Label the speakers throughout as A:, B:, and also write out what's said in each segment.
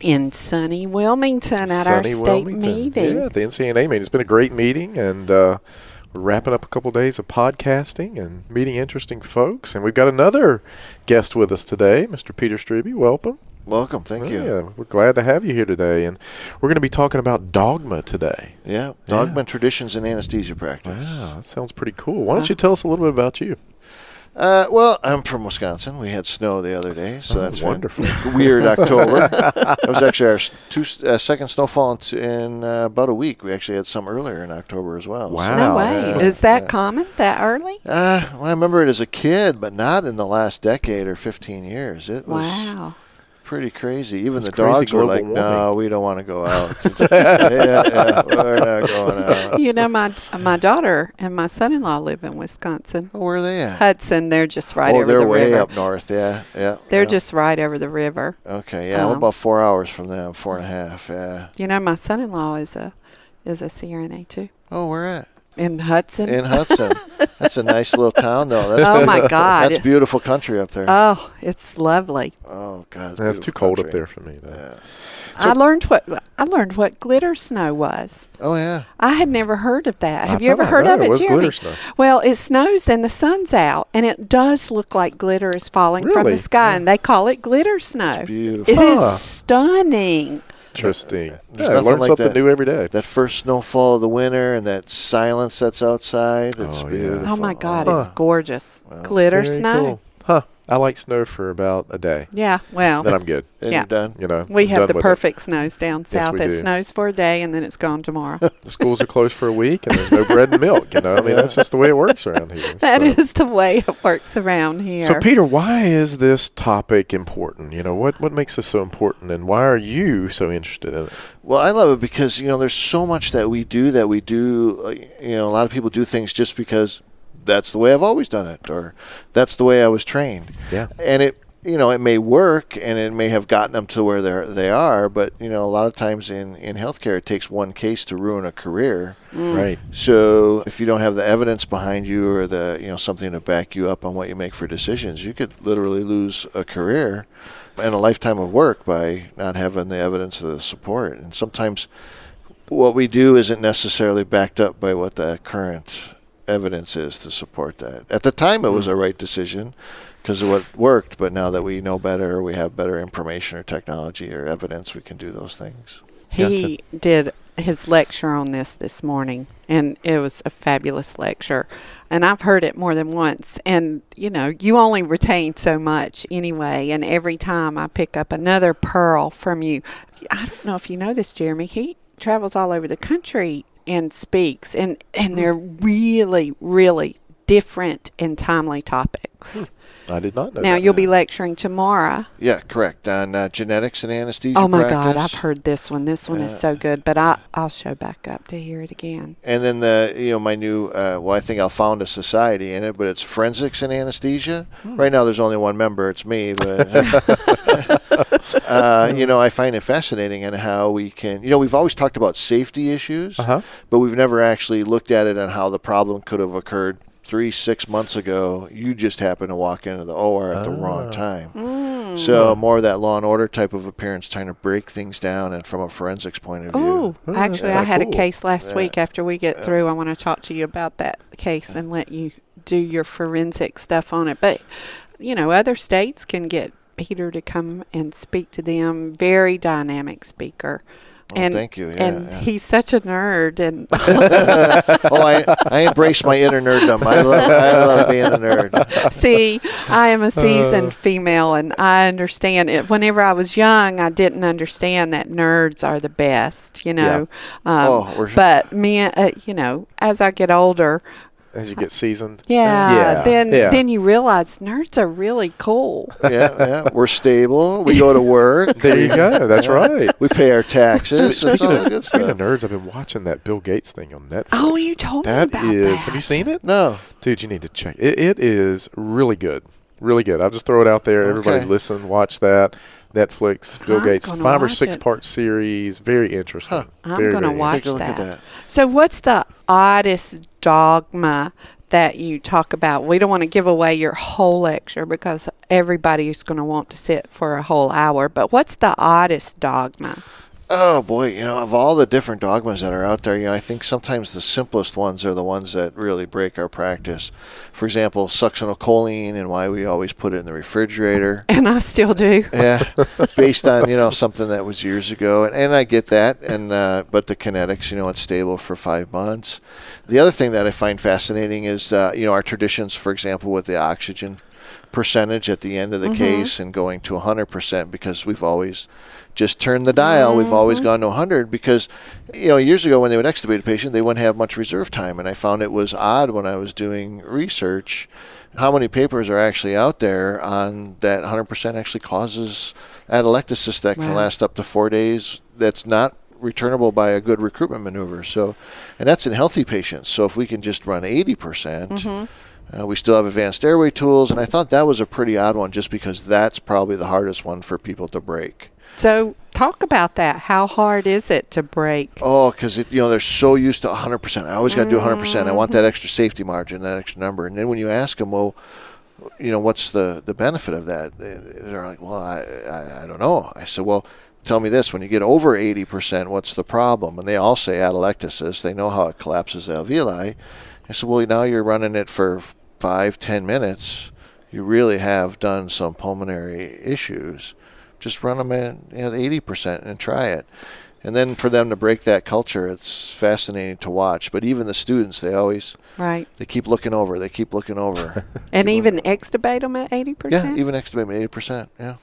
A: In sunny Wilmington at our
B: Sunny
A: state
B: Wilmington.
A: meeting.
B: Yeah, at the NCNA meeting. It's been a great meeting, and uh, we're wrapping up a couple days of podcasting and meeting interesting folks. And we've got another guest with us today, Mr. Peter Strube. Welcome.
C: Welcome, thank you.
B: Yeah, we're glad to have you here today, and we're going to be talking about dogma today.
C: Yeah, dogma traditions in anesthesia practice.
B: Wow, that sounds pretty cool. Why don't you tell us a little bit about you?
C: Uh, well, I'm from Wisconsin. We had snow the other day, so
B: Oh,
C: that's
B: wonderful.
C: been Weird October. that was actually our s- two, s- uh, second snowfall in, t- in uh, about a week. We actually had some earlier in October as well. so-
B: Wow.
A: No way.
B: yeah.
A: Is that common that early?
C: Uh, well, I remember it as a kid, but not in the last decade or 15 years. It was
A: Wow.
C: pretty crazy. Even
B: That's
C: the
B: crazy
C: dogs were
B: global
C: like, "No,
B: warming."
C: we don't want to go out. yeah, yeah, we're not going out."
A: You know, my my daughter and my son-in-law live in Wisconsin,
C: Well, where are they at?
A: Hudson. They're just right
C: oh,
A: over
C: they're
A: the
C: way
A: river.
C: up north. Yeah, yeah.
A: They're
C: yeah.
A: just right over the river.
C: Okay, yeah, I'm
A: Um,
C: about four hours from them, four and a half. Yeah.
A: You know, my son-in-law is a is a CRNA too
C: Oh, we're at
A: in Hudson.
C: in Hudson. That's a nice little town, though. That's,
A: oh my God!
C: that's beautiful country up there.
A: oh, it's lovely.
C: oh God,
B: That's too cold up there for me. though.
A: I learned what I learned what glitter snow was.
C: Oh yeah.
A: I had never heard of that.
B: I
A: Have you ever
B: thought I
A: heard
B: know.
A: of it,
B: What's
A: Jeremy?
B: glitter snow?
A: Well, it snows and the sun's out, and it does look like glitter is falling from
B: Really?
A: the sky, and they call it glitter snow.
C: beautiful.
A: It is
B: Huh.
A: stunning.
B: Interesting. Yeah, I
C: There's nothing
B: learn
C: like
B: something
C: that.
B: new every day.
C: That first snowfall of the winter and that silence that's outside. It's
B: Oh, yeah.
C: beautiful.
A: Oh my God, it's
B: Huh.
A: gorgeous. glitter
B: Very
A: snow.
B: cool. Huh. I like snow for about a day.
A: Yeah. Well,
B: Then I'm good.
C: And
A: Yeah.
C: you're done.
B: You know,
A: we
B: I'm
A: have
B: done
A: the
B: with it.
A: perfect snows down south.
B: we
A: it
B: do.
A: snows for a day, and then it's gone tomorrow.
B: The schools are closed for a week, and there's no bread and milk. You know, I mean, that's just the way it works around here.
A: That
B: so.
A: is the way it works around here.
B: So, Peter, why is this topic important? You know, what what makes this so important, and why are you so interested in it?
C: Well, I love it because you know there's so much that we do that we do. uh, You know, a lot of people do things just because that's the way I've always done it, or that's the way I was trained.
B: Yeah.
C: and it you know it may work and it may have gotten them to where they they are, but you know a lot of times in in healthcare it takes one case to ruin a career.
A: Mm.
B: Right.
C: So if you don't have the evidence behind you or the you know something to back you up on what you make for decisions, you could literally lose a career and a lifetime of work by not having the evidence of the support. And sometimes what we do isn't necessarily backed up by what the current evidence is to support that. At the time, it was
A: Mm.
C: a right decision because of what worked, but now that we know better, we have better information or technology or evidence, we can do those things.
A: He did his lecture on this this morning, and it was a fabulous lecture. And I've heard it more than once. And, you know, you only retain so much anyway. And every time I pick up another pearl from you, I don't know if you know this, Jeremy. He travels all over the country and speaks, and, and they're really, really different and timely topics.
C: I did not know.
A: Now
C: that,
A: you'll be
C: yeah.
A: lecturing tomorrow.
C: Yeah, correct. On uh, genetics and anesthesia.
A: Oh my God,
C: practice.
A: I've heard this one. This one is
C: Yeah.
A: so good, but I, I'll show back up to hear it again.
C: And then the you know my new uh, well I think I'll found a society in it, but it's forensics and anesthesia. Right now there's only one member, it's me. But uh, you know I find it fascinating and how we can you know we've always talked about safety issues,
D: Uh-huh.
C: but we've never actually looked at it and how the problem could have occurred three six months ago. You just happened to walk into the OR at the wrong time. So more of that law and order type of appearance, trying to break things down, and from a forensics point of view.
A: Oh,
D: that's
A: actually, I
D: kinda
A: had
D: cool.
A: a case last
C: Yeah.
A: week. After we get through, I want to talk to you about that case and let you do your forensic stuff on it. But, you know, other states can get Peter to come and speak to them. Very dynamic speaker.
C: Oh, thank you. Yeah,
A: and
C: yeah.
A: he's such a nerd, and
C: oh, I, I embrace my inner nerddom. I love, I love being a
D: Um,
C: nerd.
A: See, I
D: Uh.
A: am a seasoned female, and I understand it. Whenever I was young, I didn't understand that nerds are the best, you know. Um,
C: Oh, we're-
A: but me, uh, you know, as I get older,
D: As you get seasoned.
A: yeah,
D: Yeah,
A: then
D: yeah.
A: then you realize nerds are really cool.
C: Yeah, yeah. We're stable. We go to work.
D: There you go. That's right.
C: We pay our taxes. That's all
D: Speaking
C: the
D: of,
C: good
D: speaking of
C: stuff.
D: nerds, I've been watching that Bill Gates thing on Netflix.
A: Oh, you told me
D: That
A: about
D: is-
A: that.
D: Have you seen it?
C: No.
D: Dude, you need to check. It, it is really good. Really good. I'll just throw it out there. Everybody
C: Okay.
D: listen, watch that. Netflix, Bill
A: I'm
D: Gates,
A: gonna
D: five or
A: watch
D: six
A: it.
D: part series. Very interesting.
A: I'm
D: Very,
A: gonna
D: very
A: watch
C: Take a look at that.
A: So, what's the oddest dogma that you talk about? We don't want to give away your whole lecture because everybody's going to want to sit for a whole hour. But what's the oddest dogma?
C: Oh boy, you know, of all the different dogmas that are out there, you know, I think sometimes the simplest ones are the ones that really break our practice. For example, succinylcholine and why we always put it in the refrigerator.
A: And I still do.
C: yeah, based on you know something that was years ago, and, and I get that, and uh, but the kinetics, you know, it's stable for five months. The other thing that I find fascinating is uh, you know our traditions, for example, with the oxygen percentage at the end of the case and going to 100% because we've always just turned the dial we've always gone to 100 because you know years ago when they would extubate a patient they wouldn't have much reserve time and i found it was odd when i was doing research how many papers are actually out there on that 100% actually causes atelectasis that can
A: Wow.
C: last up to four days that's not returnable by a good recruitment maneuver so and that's in healthy patients so if we can just run 80% percent uh, we still have advanced airway tools and i thought that was a pretty odd one just because that's probably the hardest one for people to break
A: So, talk about that. How hard is it to break?
C: Oh, because you know they're so used to 100%. I always got to do 100%. I want that extra safety margin, that extra number. And then when you ask them, well, you know, what's the the benefit of that? They- They're like, well, I I, I don't know. I said, well. Tell me this: When you get over eighty percent, what's the problem? And they all say atelectasis. They know how it collapses the alveoli. I said, well, now you're running it for f- five, ten minutes. You really have done some pulmonary issues. Just run them at you know, eighty percent and try it. And then for them to break that culture, it's fascinating to watch. But even the students, they always
A: Right.
C: they keep looking over. They keep looking over.
A: And even extubate them at 80%?
C: yeah, even extubate eighty percent. Yeah,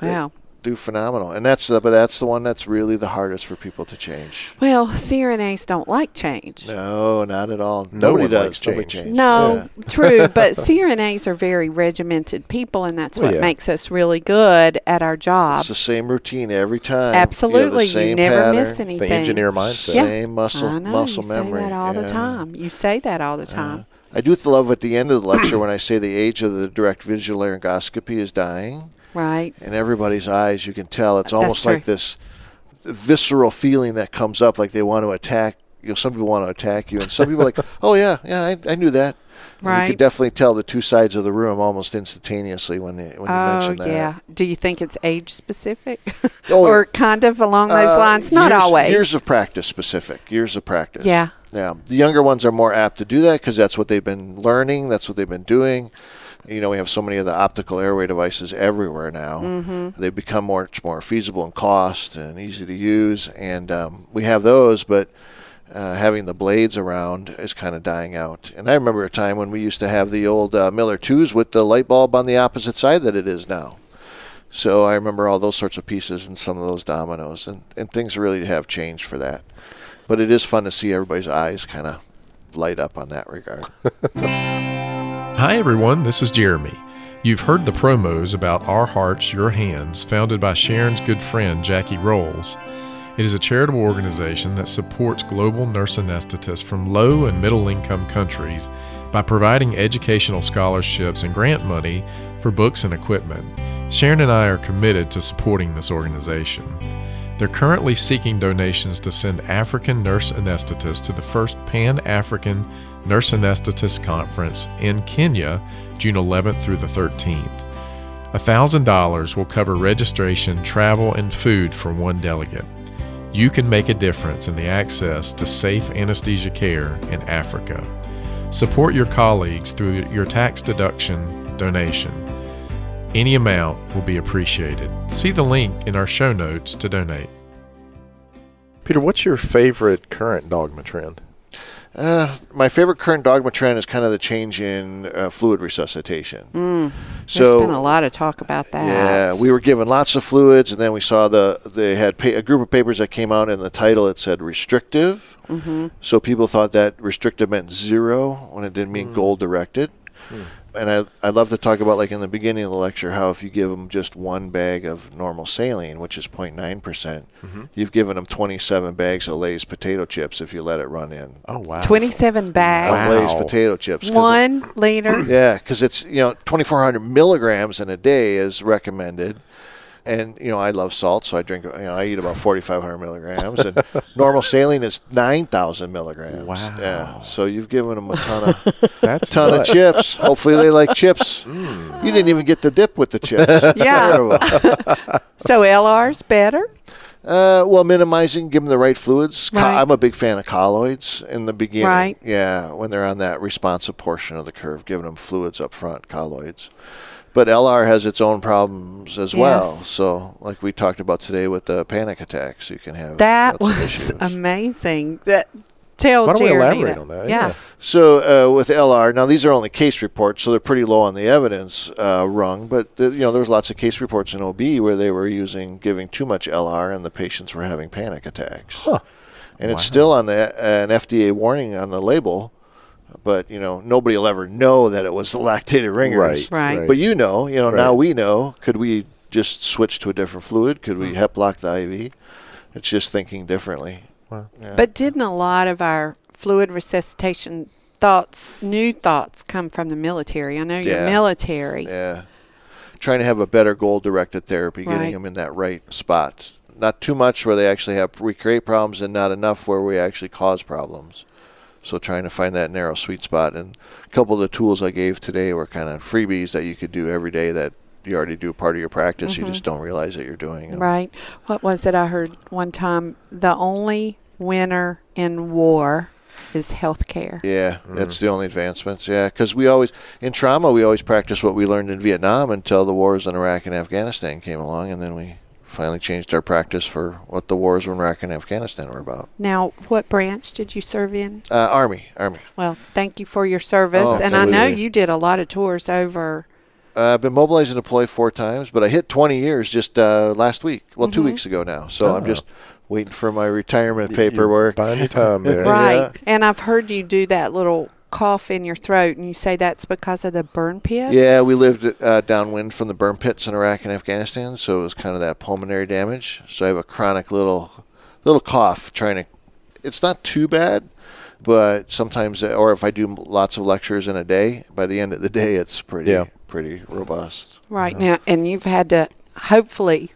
A: Wow.
C: do phenomenal. And that's the but that's the one that's really the hardest for people to change.
A: Well, CRNAs don't like change.
C: No, not at all.
D: No
C: Nobody
D: one likes
C: does. Nobody
D: change.
C: changes. Yeah.
A: No, true. But CRNAs are very regimented people, and that's
D: Well,
A: what
D: yeah.
A: makes us really good at our job.
C: It's the same routine every time. You, know,
A: Absolutely,
C: the
A: you,
C: same
A: never
C: pattern,
A: miss
D: The
A: anything.
D: engineer mindset.
A: Yeah.
C: Same muscle
A: I know,
C: muscle
A: you
C: memory.
A: say that all
C: Yeah.
A: the time. You say that all the time.
C: I do love at the end of the lecture when I say the age of the direct visual laryngoscopy is dying.
A: right.
C: in everybody's eyes. You can tell it's
A: That's
C: almost like
A: true.
C: this visceral feeling that comes up, like they want to attack. You know, some people want to attack you, and some people are like, oh yeah, yeah, I, I knew that. And You
A: Right.
C: could definitely tell the two sides of the room almost instantaneously when you, when you
A: Oh
C: mention that.
A: yeah. Do you think it's age specific,
C: Oh,
A: or kind of along those
C: Uh,
A: lines? Not
C: years-
A: always.
C: Years of practice, specific years of practice.
A: Yeah.
C: yeah. The younger ones are more apt to do that because that's what they've been learning. That's what they've been doing. You know, we have so many of the optical airway devices everywhere now.
A: Mm-hmm.
C: They've become much more feasible in cost and easy to use, and um, we have those, but. Uh, having the blades around is kind of dying out. And I remember a time when we used to have the old uh, Miller 2s with the light bulb on the opposite side that it is now. So I remember all those sorts of pieces and some of those dominoes, and, and things really have changed for that. But it is fun to see everybody's eyes kind of light up on that regard.
B: Hi, everyone. This is Jeremy. You've heard the promos about Our Hearts, Your Hands, founded by Sharon's good friend Jackie Rolls. It is a charitable organization that supports global nurse anesthetists from low and middle income countries by providing educational scholarships and grant money for books and equipment. Sharon and I are committed to supporting this organization. They're currently seeking donations to send African nurse anesthetists to the first Pan African Nurse Anesthetist Conference in Kenya, June 11th through the 13th. $1,000 will cover registration, travel, and food for one delegate. You can make a difference in the access to safe anesthesia care in Africa. Support your colleagues through your tax deduction donation. Any amount will be appreciated. See the link in our show notes to donate.
D: Peter, what's your favorite current dogma trend?
C: Uh, my favorite current dogma trend is kind of the change in uh, fluid resuscitation.
A: Mm,
C: So-
A: There's been a lot of talk about that.
C: Yeah, we were given lots of fluids, and then we saw the they had pa- a group of papers that came out, and the title it said restrictive. Mm-hmm. So people thought that restrictive meant zero when it didn't
D: Mm.
C: mean goal directed. And I I love to talk about like in the beginning of the lecture how if you give them just one bag of normal saline, which is 09 percent,
D: Mm-hmm.
C: you've given them 27 bags of Lay's potato chips if you let it run in.
D: Oh wow,
A: 27
C: Of
A: bags,
C: Lay's
D: Wow.
C: potato chips. 'cause it-
A: one liter.
C: yeah, because it's you know 2,400 milligrams in a day is recommended, and you know I love salt, so I drink. You know I eat about 4,500 milligrams, and normal saline is 9,000 milligrams.
D: Wow.
C: Yeah, so you've given them a ton of
D: That's
C: ton of
D: nuts.
C: chips. Hopefully they like chips. You didn't even get the dip with the chips. It's
A: Yeah.
C: terrible.
A: So LR's better.
C: Uh, well, minimizing, give them the right fluids. Co-
A: Right.
C: I'm a big fan of colloids in the beginning.
A: Right.
C: Yeah, when they're on that responsive portion of the curve, giving them fluids up front, colloids. But LR has its own problems as well.
A: Yes.
C: So, like we talked about today with the panic attacks, you can have
A: That
C: lots of
A: was
C: issues.
A: amazing. That tell
D: Why don't we
A: Jeremy
D: elaborate on that?
A: Yeah.
D: Yeah.
C: So uh, with LR, now these are only case reports, so they're pretty low on the evidence uh, rung. But th you know, there was lots of case reports in OB where they were using giving too much LR, and the patients were having panic attacks. And it's still on the, an FDA warning on the label, but you know nobody will ever know that it was the lactated ringers.
D: right,
A: Right.
C: But you know, you know now
D: Right.
C: we know. Could we just switch to a different fluid? Could we hep lock the IV? It's just thinking differently.
A: But didn't a lot of our fluid resuscitation thoughts, new thoughts, come from the military? I know you're
C: Yeah.
A: military.
C: Yeah. Trying to have a better goal directed therapy, getting
A: Right.
C: them in that right spot. Not too much where they actually have, we create problems and not enough where we actually cause problems. So trying to find that narrow sweet spot. And a couple of the tools I gave today were kind of freebies that you could do every day that you already do part of your practice. You just don't realize that you're doing them.
A: Right. What was it I heard one time? The only winner in war is health care.
C: Yeah, that's the only advancements. Yeah, because we always in trauma we always practice what we learned in Vietnam until the wars in Iraq and Afghanistan came along, and then we finally changed our practice for what the wars in Iraq and Afghanistan were about.
A: Now, what branch did you serve in?
C: Uh, Army, Army.
A: Well, thank you for your service.
C: Oh,
A: and I know
C: absolutely.
A: you did a lot of tours over.
C: Uh, I've been mobilized and deployed four times, but I hit 20 years just uh, last week. Well, two weeks ago now. So I'm just waiting for my retirement paperwork.
D: Buying your time there.
A: Right. And I've heard you do that little cough in your throat, and you say that's because of the burn pits.
C: Yeah, we lived uh, downwind from the burn pits in Iraq and Afghanistan, so it was kind of that pulmonary damage. So I have a chronic little little cough trying to. It's not too bad, but sometimes, uh, or if I do lots of lectures in a day, by the end of the day, it's pretty
D: Yeah.
C: pretty robust.
A: Right now, and you've had to, hopefully,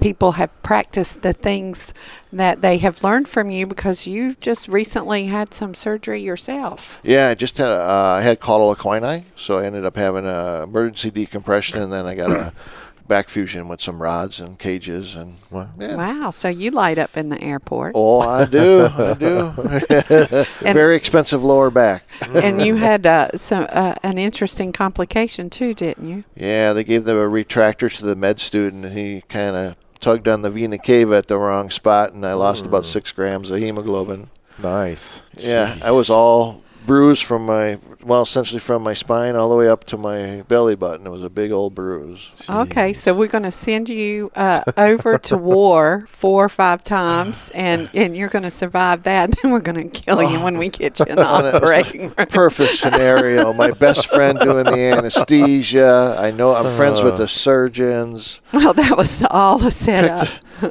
A: people have practiced the things that they have learned from you because you've just recently had some surgery yourself.
C: Yeah, I just had a, uh, I had caudal equini, so I ended up having a emergency decompression, and then I got a back fusion with some rods and cages, and
D: Wow.
C: yeah.
A: Wow. So you light up in the airport.
C: Oh, I do, I do. Very expensive lower back.
A: and you had uh, some uh, an interesting complication too, didn't you?
C: Yeah, they gave them a retractor to the med student, and he kind of tugged on the vena cava at the wrong spot, and I lost about six grams of hemoglobin.
D: Nice.
C: Yeah, I was all bruise from my well, essentially from my spine all the way up to my belly button. It was a big old bruise.
A: Okay, so we're going to send you uh, over to war four or five times, and, and you're going to survive that. Then we're going to kill you when we get you in the operating room.
C: Perfect scenario. My best friend doing the anesthesia. I know I'm friends with the surgeons.
A: Well, that was all a setup.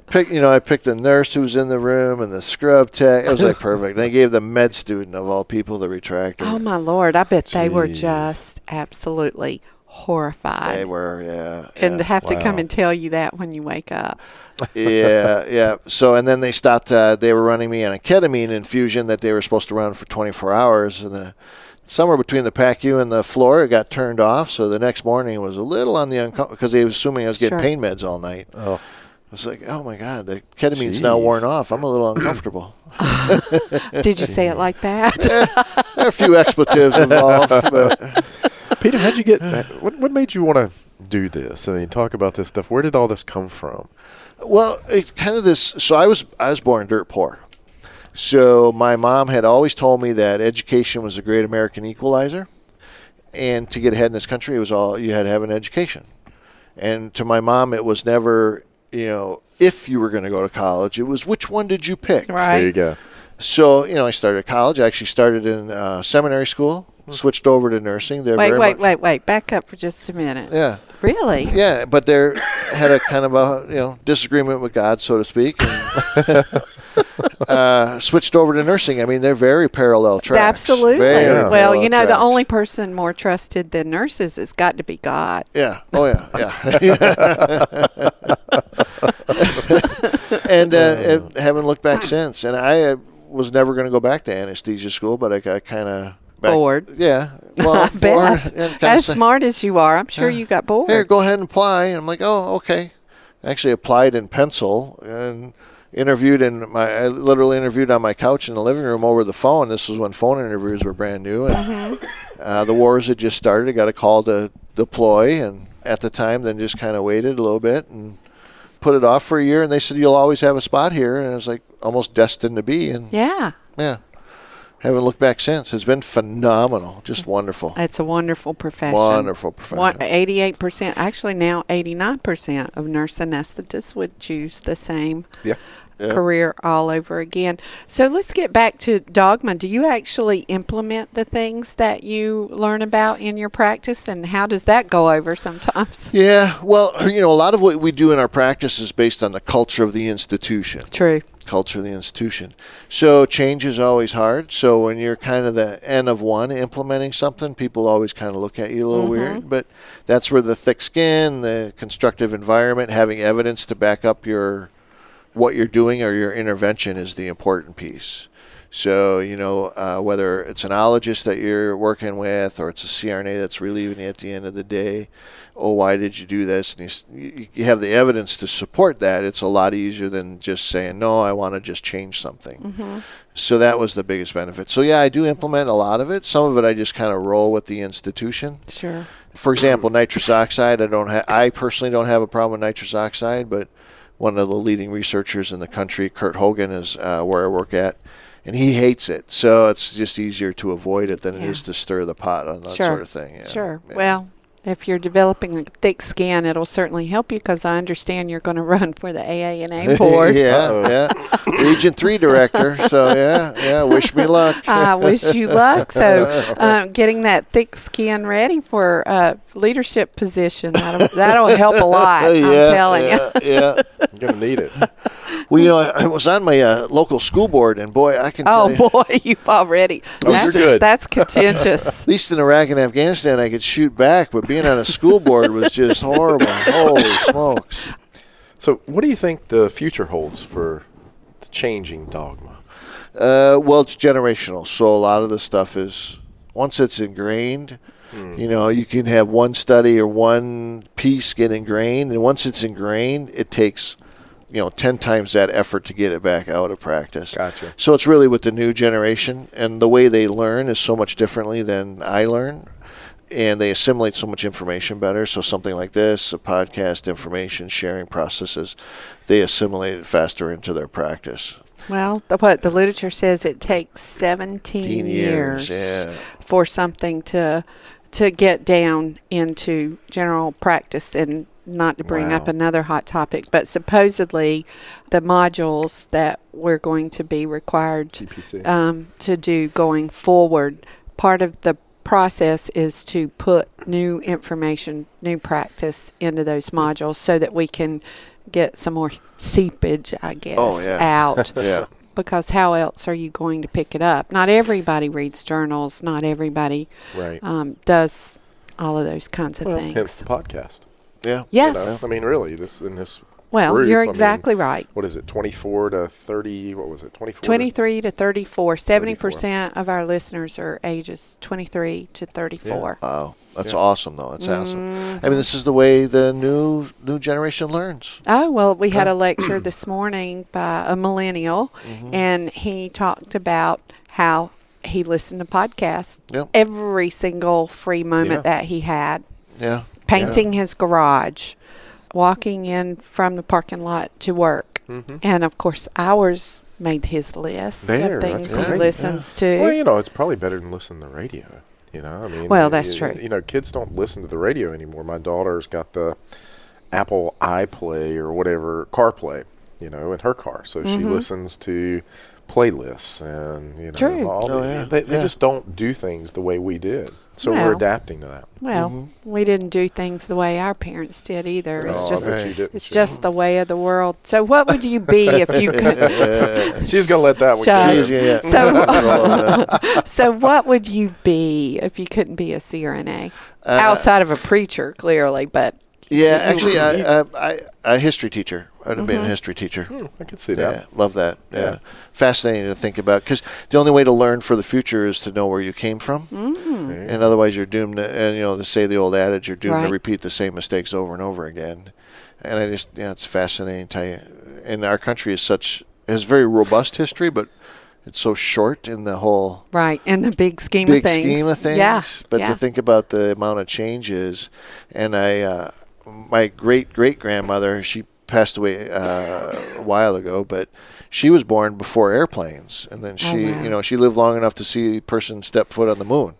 C: Pick, you know, I picked the nurse who was in the room and the scrub tech. It was like perfect. They gave the med student of all people the retractor.
A: Oh my lord! I bet they were
D: Jeez.
A: just absolutely horrified.
C: They were, yeah.
A: and
C: yeah.
A: to have to come
D: Wow.
A: and tell you that when you wake up.
C: yeah, yeah. So and then they stopped. Uh, they were running me on a ketamine infusion that they were supposed to run for 24 hours, and the, somewhere between the PACU and the floor, it got turned off. So the next morning was a little on the uncomfortable because they were assuming I was getting
A: Sure.
C: pain meds all night.
D: Oh.
C: I was like, oh my god, the ketamine's now
D: Jeez.
C: worn off. I'm a little uncomfortable.
A: Did you say it like that?
C: there are a few expletives involved, but
D: Peter, how'd you get? What, what made you want to do this? I mean, talk about this stuff. Where did all this come from?
C: well, it kind of this. So I was I was born dirt poor. So my mom had always told me that education was a great American equalizer, and to get ahead in this country, it was all you had to have an education. And to my mom, it was never you know if you were going to go to college, it was which one did you pick.
A: right.
D: There you go.
C: So you know, I started college. I actually started in uh, seminary school, switched over to nursing. They're
A: Mm. Wait,
C: very
A: wait,
C: much-
A: wait, wait. Back up for just a minute.
C: Yeah.
A: Really?
C: Yeah, but there had a kind of a you know disagreement with God, so to speak, and uh, switched over to nursing. I mean, they're very parallel tracks.
A: Absolutely.
C: Very
D: Yeah.
A: Well,
C: parallel
A: you know, the
C: tracks.
A: only person more trusted than nurses has got to be God.
C: Yeah. Oh yeah. Yeah. and uh, and haven't looked back since. And I uh, was never going to go back to anesthesia school, but I got kind of
A: Bored.
C: Yeah. Well,
A: I
C: bored.
A: bet.
C: and kinda
A: As
C: sa-
A: smart as you are, I'm sure you got bored.
C: here, go ahead and apply. And I'm like, oh, okay. I actually applied in pencil and interviewed in my, I literally interviewed on my couch in the living room over the phone. This was when phone interviews were brand new. And uh, the wars had just started. I got a call to deploy. And at the time, then just kind of waited a little bit and put it off for a year. And they said, you'll always have a spot here. And I was like, almost destined to be. And yeah.
A: Yeah.
C: Haven't looked back since. It's been phenomenal, just wonderful.
A: It's a wonderful profession.
C: Wonderful profession.
A: One- 88%, actually now 89% of nurse anesthetists would choose the same
D: Yeah.
A: career all over again. So let's get back to dogma. Do you actually implement the things that you learn about in your practice, and how does that go over sometimes?
C: Yeah, well, you know, a lot of what we do in our practice is based on the culture of the institution.
A: True.
C: Culture of the institution. So change is always hard. So when you're kind of the N of one implementing something, people always kind of look at you a little weird. But that's where the thick skin, the constructive environment, having evidence to back up your what you're doing or your intervention is the important piece. So, you know, uh, whether it's an ologist that you're working with or it's a CRNA that's relieving you at the end of the day, oh, why did you do this? And you, s- you, you have the evidence to support that. It's a lot easier than just saying, no, I want to just change something. So that was the biggest benefit. So, yeah, I do implement a lot of it. Some of it I just kind of roll with the institution
A: Sure.
C: for example, nitrous oxide. I don't. Ha- I personally don't have a problem with nitrous oxide, but one of the leading researchers in the country, Kurt Hogan, is uh, where I work at, and he hates it. So it's just easier to avoid it than it
A: Yeah.
C: is to stir the pot on that
A: sure.
C: sort of thing. Yeah.
A: Sure.
C: Yeah.
A: Well, if you're developing a thick skin, it'll certainly help you because I understand you're going to run for the AANA board.
C: yeah, yeah. Agent three director. So yeah, yeah. Wish me luck.
A: I wish you luck. So, um, getting that thick skin ready for uh, leadership position that'll, that'll help a lot. I'm telling you.
C: yeah, Yeah.
D: I'm gonna need it.
C: Well, you know, I, I was on my uh, local school board, and boy, I can. tell
A: Oh
C: you,
A: boy, you've already.
D: Oh, you're
A: that's,
D: good.
A: that's contentious.
C: At least in Iraq and Afghanistan, I could shoot back, but being on a school board was just horrible. Holy smokes.
D: So, what do you think the future holds for the changing dogma?
C: Uh, well, it's generational. So a lot of the stuff is, once it's ingrained, you know, you can have one study or one piece get ingrained. And once it's ingrained, it takes, you know, 10 times that effort to get it back out of practice.
D: Gotcha.
C: So it's really with the new generation, and the way they learn is so much differently than I learn. And they assimilate so much information better. So something like this, a podcast, information sharing processes, they assimilate it faster into their practice.
A: Well, the, what the literature says it takes 17
C: 15 years,
A: years,
C: yeah.
A: for something to to get down into general practice and not to bring up
C: Wow.
A: another hot topic, but supposedly the modules that we're going to be required
D: GPC.
A: um, to do going forward. Part of the process is to put new information, new practice into those modules so that we can get some more seepage, I guess,
C: Oh, yeah.
A: out.
C: Yeah.
A: Because how else are you going to pick it up? Not everybody reads journals, not everybody
D: Right.
A: um, does all of those kinds of
D: well, hence
A: things.
D: the podcast.
C: Yeah.
D: you know?
A: Yes.
D: I mean, really, this in this.
A: well,
D: group,
A: you're
D: I mean,
A: exactly right.
D: what is it? Twenty-four to thirty. What was it? Twenty-four. to-
A: 23 to 34, 70% of our listeners are ages 23 to 34.
C: Wow. That's
D: Yeah.
C: awesome, though. That's awesome. I mean, this is the way the new new generation learns.
A: Oh, well, we had a lecture this morning by a millennial,
D: Mm-hmm.
A: and he talked about how he listened to podcasts
C: Yep.
A: every single free moment
D: Yeah.
A: that he had,
C: Yeah.
A: painting his garage, walking in from the parking lot to work.
C: Mm-hmm.
A: And of course, ours made his list
D: There,
A: of
D: that's
A: things he
D: great.
A: listens to.
C: Oh,
D: Well, you know, it's probably better than listening to the radio. You know, I mean,
A: Well,
D: you-
A: that's
D: you-
A: true.
D: You know, kids don't listen to the radio anymore. My daughter's got the Apple iPlay or whatever CarPlay, you know, in her car, so she
A: Mm-hmm.
D: listens to playlists and you know,
A: True.
D: all
C: Oh,
D: the-
C: yeah.
D: they, they
C: Yeah.
D: just don't do things the way we did. So we're
A: Well.
D: adapting to that.
A: Well,
C: Mm-hmm.
A: we didn't do things the way our parents did either.
D: Oh,
A: It's
D: I
A: just
D: bet you didn't,
A: it's
D: Sue.
A: just the way of the world. So what would you be if you could
D: she's gonna let that one.
A: Shush.
D: go.
C: She's- yeah.
A: So
C: yeah.
A: so what would you be if you couldn't be a CRNA?
C: Uh,
A: Outside of a preacher, clearly, but
C: yeah. Actually, I, I, I, a history teacher. I'd have been a history teacher.
D: Hmm, I can see
C: Yeah.
D: that.
C: love that. Yeah.
D: Yeah.
C: fascinating to think about because the only way to learn for the future is to know where you came from,
D: There.
C: and otherwise you're doomed. To, and you know, to say the old adage, you're doomed
A: Right.
C: to repeat the same mistakes over and over again. And I just, yeah, it's fascinating. To, and our country is such has very robust history, but it's so short in the whole
A: right, in the big scheme
C: big
A: of things.
C: scheme of things.
A: Yeah.
C: But
A: yeah.
C: to think about the amount of changes, and I, uh, my great great grandmother, she passed away uh, a while ago, but she was born before airplanes, and then she,
A: wow.
C: you know, she lived long enough to see a person step foot on the moon.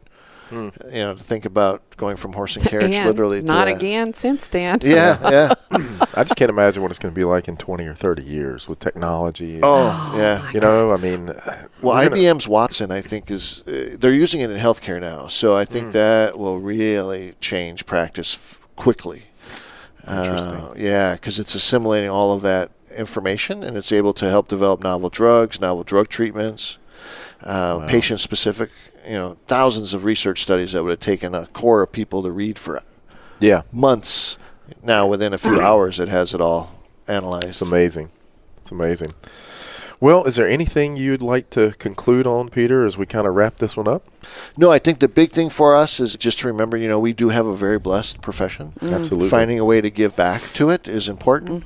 C: You know, to think about going from horse and carriage
A: And
C: literally to
A: not
C: that.
A: again since then.
C: Yeah, yeah.
D: I just can't imagine what it's going to be like in twenty or thirty years with technology. and-
C: Oh, yeah.
D: you know, I mean,
C: Well,
D: we're gonna-
C: IBM's Watson, I think, is uh, they're using it in healthcare now, so I
D: Hmm.
C: think that will really change practice f- quickly.
D: Interesting.
C: Uh, yeah, because it's assimilating all of that information, and it's able to help develop novel drugs, novel drug treatments, uh, patient-specific. You know, thousands of research studies that would have taken a core of people to read for
D: yeah,
C: months. Now, within a few hours, it has it all analyzed.
D: It's amazing. It's amazing. Well, is there anything you'd like to conclude on, Peter, as we kind of wrap this one up?
C: No, I think the big thing for us is just to remember, you know, we do have a very blessed profession.
D: Mm. Absolutely. Mm-hmm.
C: Finding a way to give back to it is important.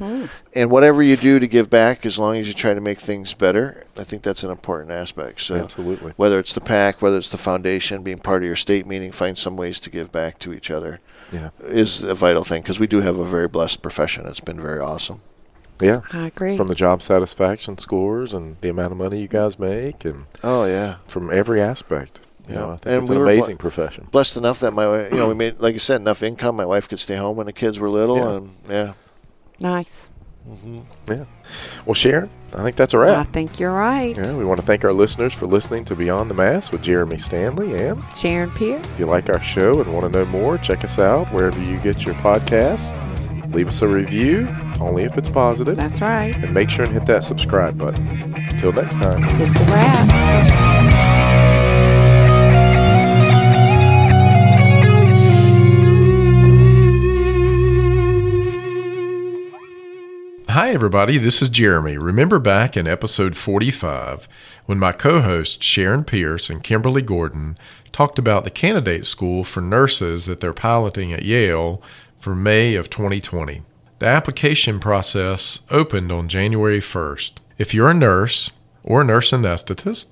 C: And whatever you do to give back, as long as you try to make things better, I think that's an important aspect. So
D: Absolutely.
C: whether it's the PAC, whether it's the foundation, being part of your state meeting, find some ways to give back to each other
D: Yeah.
C: is a vital thing because we do have a very blessed profession. It's been very awesome.
D: Yeah.
A: I agree.
D: From the job satisfaction scores and the amount of money you guys make and
C: Oh, yeah.
D: from every aspect. You
C: Yeah.
D: know, I think
C: And
D: it's
C: we
D: an
C: were bl-
D: amazing profession.
C: Blessed enough that my, you know, we made, like I said, enough income. My wife could stay home when the kids were little.
D: Yeah.
C: And yeah.
A: nice.
D: Yeah. Well, Sharon, I think that's a
A: I
D: wrap.
A: think you're right.
D: Yeah, we want to thank our listeners for listening to Beyond the Mass with Jeremy Stanley. And
A: Sharon Pierce.
D: if you like our show and want to know more, check us out wherever you get your podcasts. Leave us a review, only if it's positive.
A: That's right.
D: and make sure and hit that subscribe button. Until next time.
A: It's a wrap.
B: Hi, everybody. This is Jeremy. Remember back in episode 45 when my co hosts Sharon Pierce and Kimberly Gordon talked about the candidate school for nurses that they're piloting at Yale for May of 2020. The application process opened on January 1st. If you're a nurse or a nurse anesthetist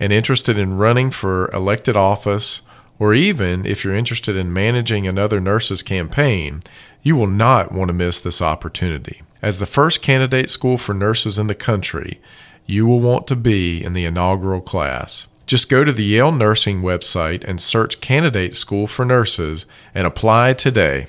B: and interested in running for elected office, or even if you're interested in managing another nurse's campaign, you will not want to miss this opportunity. As the first candidate school for nurses in the country, you will want to be in the inaugural class. Just go to the Yale Nursing website and search Candidate School for Nurses and apply today.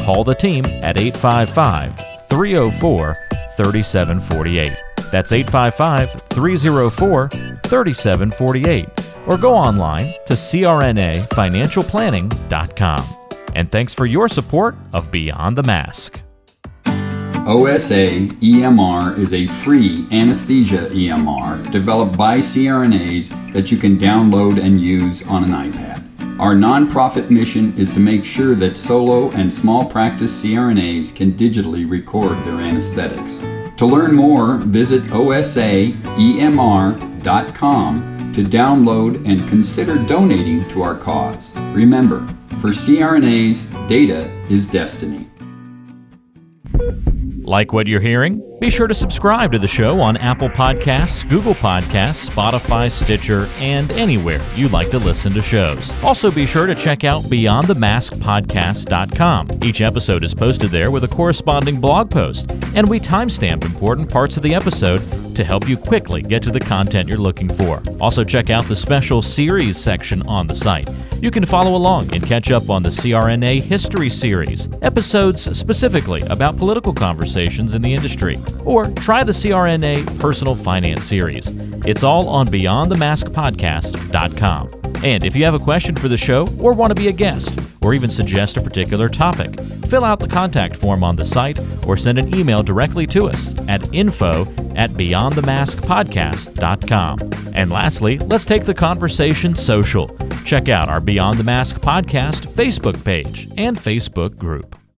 E: call the team at 855 304 3748. That's 855 304 3748. Or go online to crnafinancialplanning.com. And thanks for your support of Beyond the Mask.
F: OSA EMR E is a free anesthesia EMR developed by CRNAs that you can download and use on an iPad. Our nonprofit mission is to make sure that solo and small practice CRNAs can digitally record their anesthetics. To learn more, visit E osaemr.com to download and consider donating to our cause. Remember, for CRNAs, data is destiny.
E: Like what you're hearing? Be sure to subscribe to the show on Apple Podcasts, Google Podcasts, Spotify, Stitcher, and anywhere you like to listen to shows. Also, be sure to check out BeyondTheMaskPodcast.com. Each episode is posted there with a corresponding blog post, and we timestamp important parts of the episode to help you quickly get to the content you're looking for. Also, check out the special series section on the site. You can follow along and catch up on the CRNA History Series, episodes specifically about political conversations in the industry, or try the CRNA Personal Finance Series. It's all on BeyondTheMaskPodcast.com. And if you have a question for the show, or want to be a guest, or even suggest a particular topic, fill out the contact form on the site or send an email directly to us at info at beyondthemaskpodcast.com. And lastly, let's take the conversation social. Check out our Beyond the Mask Podcast Facebook page and Facebook group.